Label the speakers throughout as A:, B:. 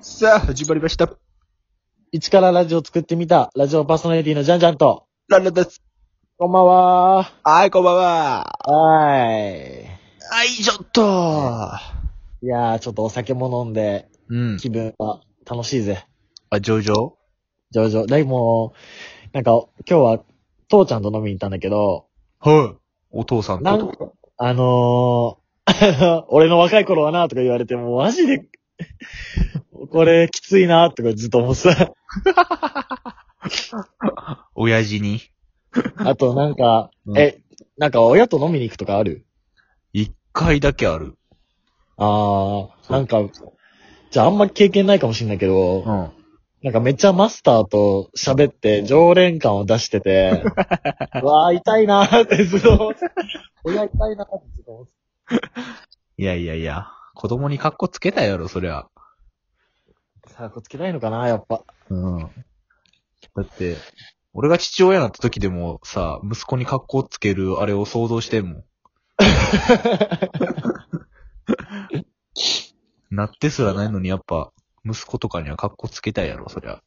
A: さあ、始まりました。
B: 一からラジオ作ってみた、ラジオパーソナリティのジャンジャンと、
A: ランランです。
B: こんばんは
A: はい、こんばんは。
B: ー。はー
A: はい、ちょっと。
B: い。いやー、ちょっとお酒も飲んで、
A: うん。
B: 気分は楽しいぜ。
A: あ、上々
B: 上々。でも、なんか、今日は、父ちゃんと飲みに行ったんだけど、
A: はい。お父さん
B: な
A: と
B: ん。あのー、 俺の若い頃はな、とか言われて、もうマジで、 これきついな、とかずっと思って た。
A: 親父に。
B: あとなんか、
A: うん
B: え、なんか親と飲みに行くとかある
A: 一回だけある。
B: あー、なんか、じゃああんま経験ないかもしんないけど、
A: ん。
B: なんかめっちゃマスターと喋って、常連感を出し てて、うわー痛いなーってずっと、親痛いなーってずっと思って
A: いやいやいや。子供に格好つけたやろ、そりゃ。
B: た。さあ、こっつけないのかな、やっぱ。
A: うん。だって、俺が父親になった時でもさ、息子に格好つけるあれを想像してん もん。なってすらないのにやっぱ、息子とかには格好つけたいやろ、そりゃ。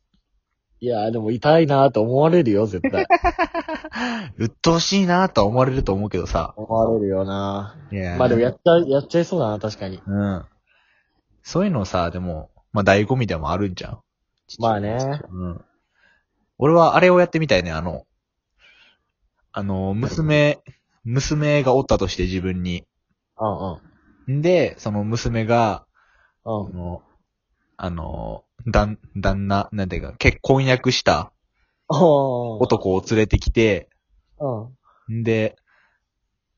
B: いやーでも痛いなーって思われるよ、絶 対。
A: 鬱陶しいなとは思われると思うけどさ。
B: 思われるよないー
A: や
B: まあでもやっちゃい、やっちゃいそうだな、確かに。
A: うん。そういうのさ、でも、まあ醍醐味でもあるんじゃん。
B: まあね。
A: うん。俺はあれをやってみたいね、あの、あの、娘、娘がおったとして自分に。
B: うん
A: んで、その娘が、
B: うん。
A: あ
B: うん。
A: の、あの、旦、旦那、なんていうか、結婚約した
B: おー
A: 男を連れてきて、
B: うん。
A: んで、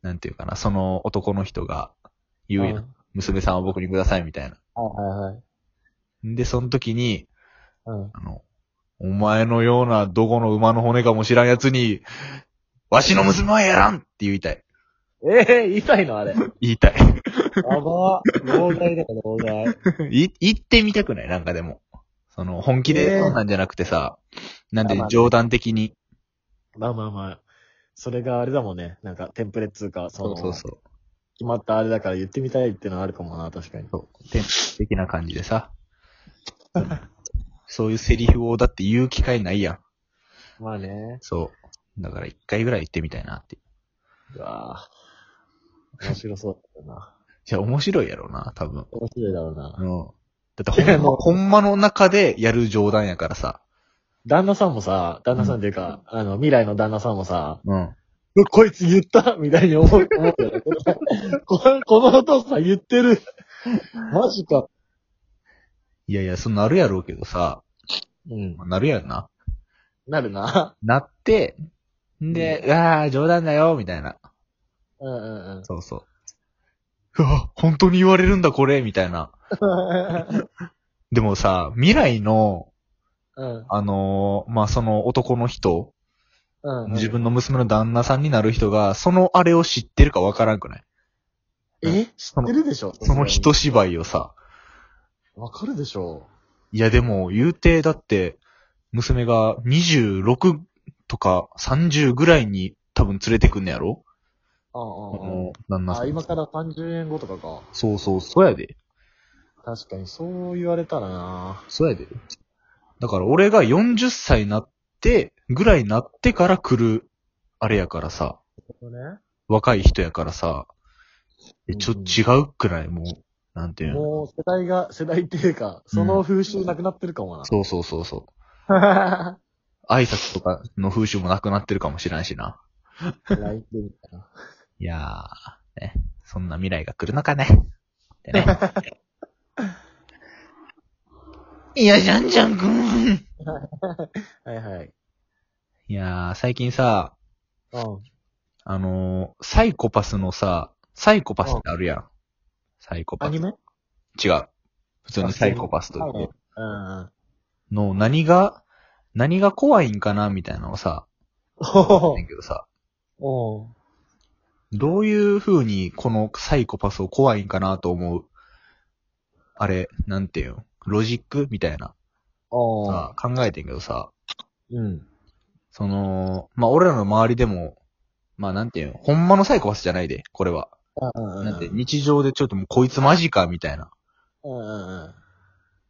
A: なんていうかな、その男の人が言うやん
B: うん。
A: 娘さんを僕にくださいみたいな。
B: はいはいはい。
A: んで、その時に、
B: うん。
A: あの、お前のようなどこの馬の骨かも知らんやつに、わしの娘はやらんって言いたい。
B: ええー、痛いのあれ。や
A: 言いた い。
B: ばー。老害だよ、老害。
A: い、言ってみたくないなんかでも。その、本気
B: え
A: で
B: ー
A: そんなんじゃなくてさ、なんで
B: まあまあ
A: 冗談的に。
B: まあまあまあ。それがあれだもんね。なんか、テンプレっつうか、そ
A: そう
B: の、
A: そうそう。
B: 決まったあれだから言ってみたいってのはあるかもな、確かに。
A: そう。天的な感じでさ。 そういうセリフをだって言う機会ないやん。
B: まあね。
A: そう。だから一回ぐらい言ってみたいなって。
B: うわぁ。面白そうだよな。
A: じゃあ面白いやろうな、多分。
B: 面白いだろうな。
A: うん。だってほんま、ほんまの中でやる冗談やからさ。
B: 旦那さんもさ、旦那さんっていうか、あの、未来の旦那さんもさ、
A: うん。
B: うわこいつ言ったみたいに思う、思うよねこの このお父さん言ってる。マジか。
A: いやいや、そうなるやろうけどさ。
B: うん。
A: なるやんな。
B: なるな。
A: なって、んで、うわあ、冗談だよ、みたいな。
B: うんうんうん。
A: そうそう。うわ、本当に言われるんだ、これ、みたいな。でもさ、未来の、
B: うん
A: あのーまあ、その男の人、
B: うんうん。
A: 自分の娘の旦那さんになる人が、そのあれを知ってるかわからんくない
B: え
A: そ
B: 知って
A: の、
B: るでしょ
A: その人。芝居をさ、
B: わかるでしょ
A: いやでも、言うて、だって、娘が26とか30ぐらいに多分連れてくんねやろ
B: うん
A: あ
B: うんうん。
A: の旦那さ
B: あ、
A: ん。
B: 今から30年後とかか。
A: そうそう、そうやで。
B: 確かに、そう言われたらな
A: そうやで。だから俺が40歳になって、ぐらいになってから来る、あれやからさ、
B: こね。
A: 若い人やからさ、え、ちょ、
B: うん
A: 違うくないもう、なんていうの
B: もう、世代が、世代っていうか、その風習なくなってるかもな。
A: そうそうそうそう。
B: 来
A: 挨拶とかの風習もなくなってるかもしれないしな。
B: 年みたいな。
A: いやー、ね、そんな未来が来るのかね。でね。 いや、じゃんじゃんくん。
B: はいはい。
A: いやー、最近さ、
B: うん。
A: あのー、サイコパスのさ、サイコパスってあるやん。サイコ
B: ア
A: パス。
B: ニメ
A: 違う。普通にサイコパスという
B: うんうん。
A: の、何が、何が怖いんかなみたいなのをさ、
B: お
A: ねんけどさ、
B: お
A: どういう風にこのサイコパスを怖いんかなと思う。あれ、なんていうんロジックみたいな。
B: お
A: さ、考えてんけどさ、
B: うん。
A: その、まあ、俺らの周りでも、まあ、なんていうの、ほんまのサイコパスじゃないで、これは。
B: うんうんうん。
A: なんて、日常でちょっともうこいつマジか、みたいな。
B: うんうんうん。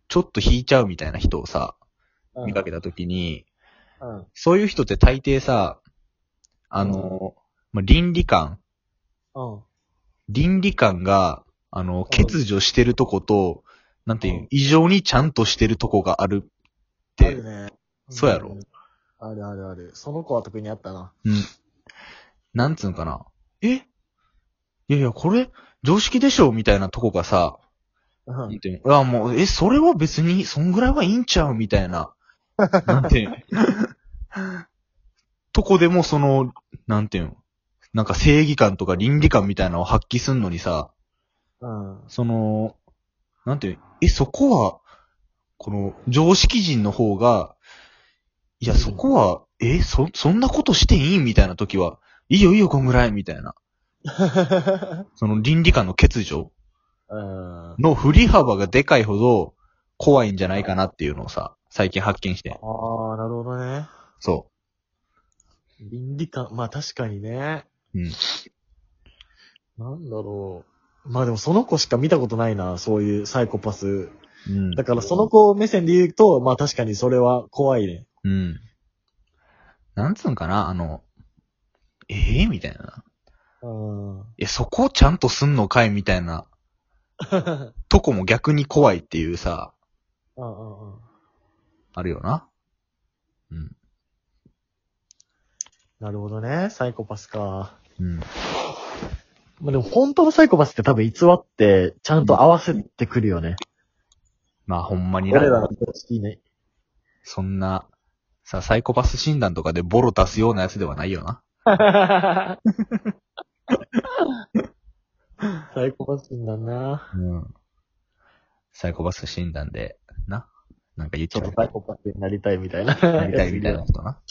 A: ちちょっと引いちゃうみたいな人をさ、
B: うん
A: 見かけたときに、
B: うん。
A: そういう人って大抵さ、あの、まあ、倫理観、
B: うん。、
A: 倫理観が、あの、欠如してるとこと、なんていううん異常にちゃんとしてるとこがあるっ
B: あ
A: て
B: る、ね。
A: そうやろ
B: んあるあるある。その子は特にあったな。
A: なんつうのかな。えいやいや、これ、常識でしょみたいなとこがさ、
B: うん
A: なんていうのいや、もう、え、それは別に、そんぐらいはいいんちゃうみたいな。なんていうのとこでもその、なんていうのなんか正義感とか倫理観みたいなのを発揮すんのにさ、
B: うん。
A: その、なんていうのえ、そこは、この、常識人の方が、いや、そこは、え、そ、そんなことしていいみたいな時は、いいよいいよ、こんぐらいみたいな。その倫理観の欠如
B: うん。
A: の振り幅がでかいほど怖いんじゃないかなっていうのをさ、最近発見して。
B: ああ、なるほどね。
A: そ
B: 倫理観、まあ確かにね。
A: うん。
B: なんだろう。まあでもその子しか見たことないな、そういうサイコパス。
A: う。うん
B: だからその子目線で言うと、まあ確かにそれは怖いね。
A: うん。なんつうんかな、あの、ええみたいな。
B: うん。
A: え、そこをちゃんとすんのかいみたいなとこも逆に怖いっていうさ、
B: うんうんうん。
A: あるよな。うん。
B: なるほどね。サイコパスか。
A: うん。
B: まあでも本当のサイコパスって多分偽って、ちゃんと合わせてくるよね。
A: まあほんまにな
B: 俺らの常 識ね。
A: そんな、さ、サイコパス診断とかでボロ出すようなやつではないよな。
B: サイコパスだな。
A: うん。サイコパス診断で、な。なんか言っ
B: ち
A: ち
B: ょ
A: ゃ
B: っ
A: う
B: とサイコパスになりたいみたいな。
A: や りたいみたいなことな。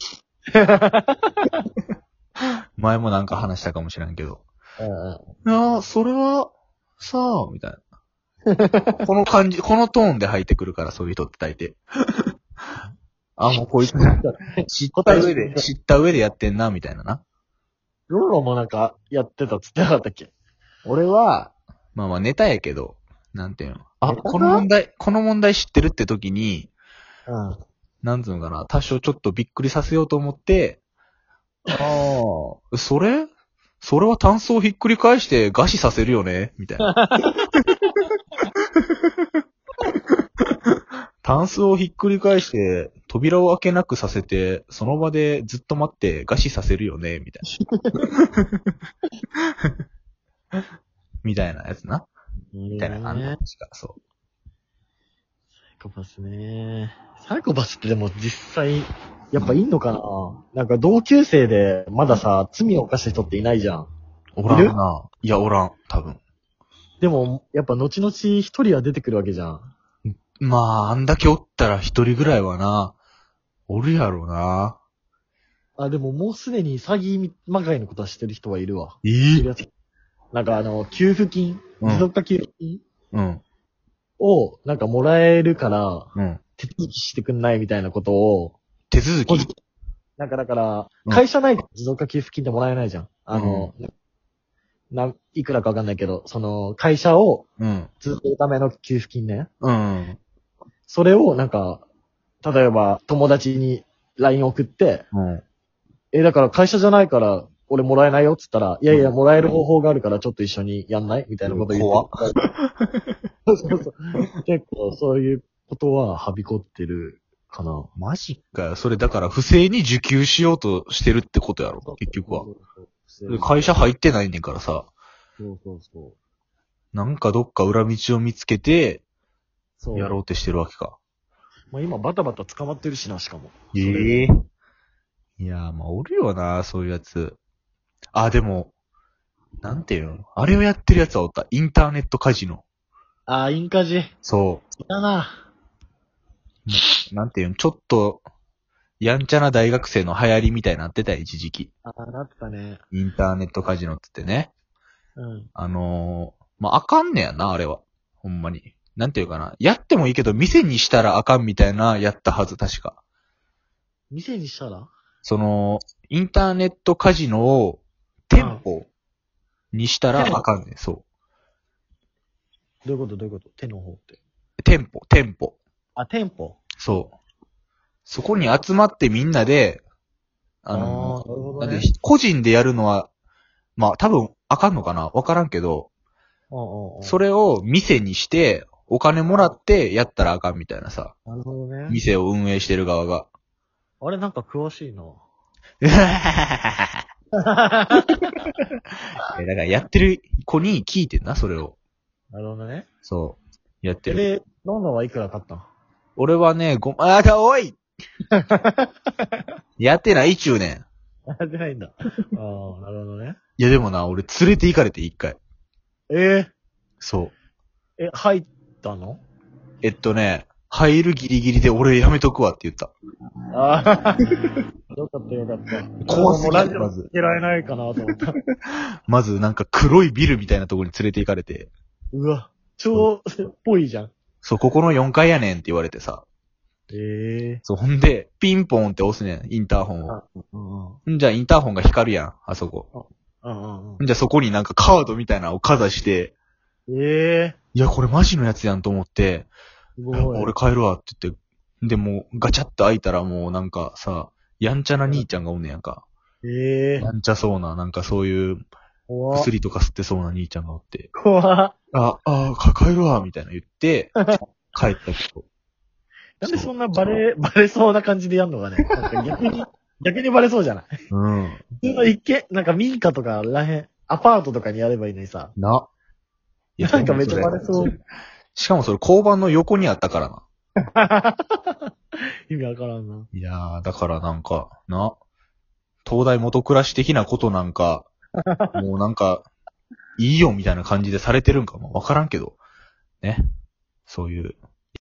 A: 前もなんか話したかもしれんけど。
B: うんうん。
A: いやー、それは、さあ、みたい な。この感じ、このトーンで入ってくるから、そういう人って大抵。 あ、もうこいつ、知った上で、知った上でやってんな、みたいなな。
B: ロロもなんかやってたっつってなかったっけ
A: 俺は、まあまあネタやけど、なんていうの。あ、
B: ネタか
A: この問題、この問題知ってるって時に、
B: うん。
A: なんつうのかな、多少ちょっとびっくりさせようと思って、ああ、それそれは単層をひっくり返して餓死させるよねみたい な。単数をひっくり返して、扉を開けなくさせて、その場でずっと待って餓死させるよねみたい な。みたいなやつな。み
B: み
A: たいな感じ
B: ね。
A: が、そう。
B: サイコパスね。サイコパスってでも実際、やっぱいんのかななんか同級生でまださ、罪を犯した人っていないじゃん。
A: おらんな。いや、おらん。多分。
B: でも、やっぱ後々一人は出てくるわけじゃん。
A: まあ、あんだけおったら一人ぐらいはな、おるやろな。
B: あ、でももうすでに詐欺まがいのことはしてる人はいるわ。
A: え
B: いるやつなんかあの、給付金、
A: うん
B: 持続化給付金
A: うん、
B: をなんかもらえるから、
A: うん。
B: 手続きしてくんないみたいなことを、
A: 手続
B: 個
A: き
B: 人なんかだから
A: う、ん
B: 会社内で持続化給付金ってもらえないじゃん。あの、な、いくらかわかんないけど、その、会社を
A: うん、
B: 続けるための給付金ね。
A: うん、
B: それをなんか、例えば友達に LINE 送って、
A: うん。
B: え、だから会社じゃないから、俺もらえないよっつったら、いやいや、もらえる方法があるから、ちょっと一緒にやんないみたいなこと言って。
A: 怖っ
B: そうそうそう。結構、そういうことは、はびこってるかな。
A: マジかよ。それだから不正に受給しようとしてるってことやろ、結局は。。会社入ってないねんからさ、
B: そうそうそう。
A: なんかどっか裏道を見つけて、
B: そう。
A: やろうとしてるわけか。
B: まあ今、バタバタ捕まってるしな、しかも。
A: ええいやー、まあ、おるよな、そういうやつ。あ、でも、なんていうのあれをやってるやつはおった。インターネットカジノ。
B: あー、インカジ。
A: そう。
B: だな。
A: なんていうん、ちょっと、やんちゃな大学生の流行りみたいになってたよ、一時期。
B: あー、なったね。
A: インターネットカジノって言ってね。
B: うん。
A: あのー、まあ、あかんねやな、あれは。ほんまに。なんていうかな。やってもいいけど、店にしたらあかんみたいな、やったはず、確か。
B: 店にしたら
A: その、インターネットカジノを、店舗にしたらあかんねん、そ
B: どういうことどういうこと手の方って。
A: う。店舗、店舗。
B: あ、店舗。
A: そう。そこに集まってみんなで、あの、
B: ー、なるほ
A: な
B: ど
A: ん
B: ね
A: で。個人でやるのは、まあ多分あかんのかなわからんけど、
B: うんうんうん
A: それを店にして、お金もらってやったらあかんみたいなさ、
B: なるほどね。
A: 店を運営してる側 が。
B: あれ、なんか詳しいな。
A: いやだからやってる子に聞いてんな、それを。
B: なるほどね。
A: そう。やってる。
B: で、ロンドンはいくら買ったの
A: 俺はね、ご、あー、お いやってないっちゅうねん。
B: あ、出ないん だ。ああ、なるほどね。
A: いやでもな、俺連れて行かれて一回。
B: え
A: そう。
B: え、え、入ったの
A: えっとね、入るギリギリで俺やめとくわって言った。
B: ああ、よかったよかった。
A: 怖すぎる
B: もうラジオ
A: まず
B: 聞けられないかなと思った。
A: まずなんか黒いビルみたいなとこに連れて行かれて、
B: うわ、超、 っぽいじゃん。
A: そう、ここの4階やねんって言われてさ。
B: ええ
A: そう、ほんで、ピンポンって押すねん、インターホンを。
B: あうんうん。
A: んじゃあインターホンが光るやん、あそこ。
B: うんうんうん
A: んじゃあそこになんかカードみたいなのをかざして、
B: ええ
A: いや、これマジのやつやんと思って、
B: すごい。
A: 俺帰るわって言って、で、もうガチャッと開いたらもうなんかさ、やんちゃな兄ちゃんがおんねやんか。
B: ええ
A: やんちゃそうな、なんかそういう
B: 怖っ。
A: 薬とか吸ってそうな兄ちゃんがおって。
B: 怖っ
A: あ、あー、か帰るわ、みたいな言っ て、帰ったけど。
B: なんでそんなバレ、バレそうな感じでやんのかね。なんか逆に、 逆にバレそうじゃない
A: うん。
B: 普通の一軒、なんか民家とからへん、アパートとかにやればいいのにさ。
A: な。い
B: なんかめっちゃバレそう。
A: しかもそれ交番の横にあったからな。
B: 意味わからんな。
A: いやー、だからなんか、な。東大元暮らし的なことなん か、もうなんか、いいよみたいな感じでされてるんかもわからんけど。ね。そういう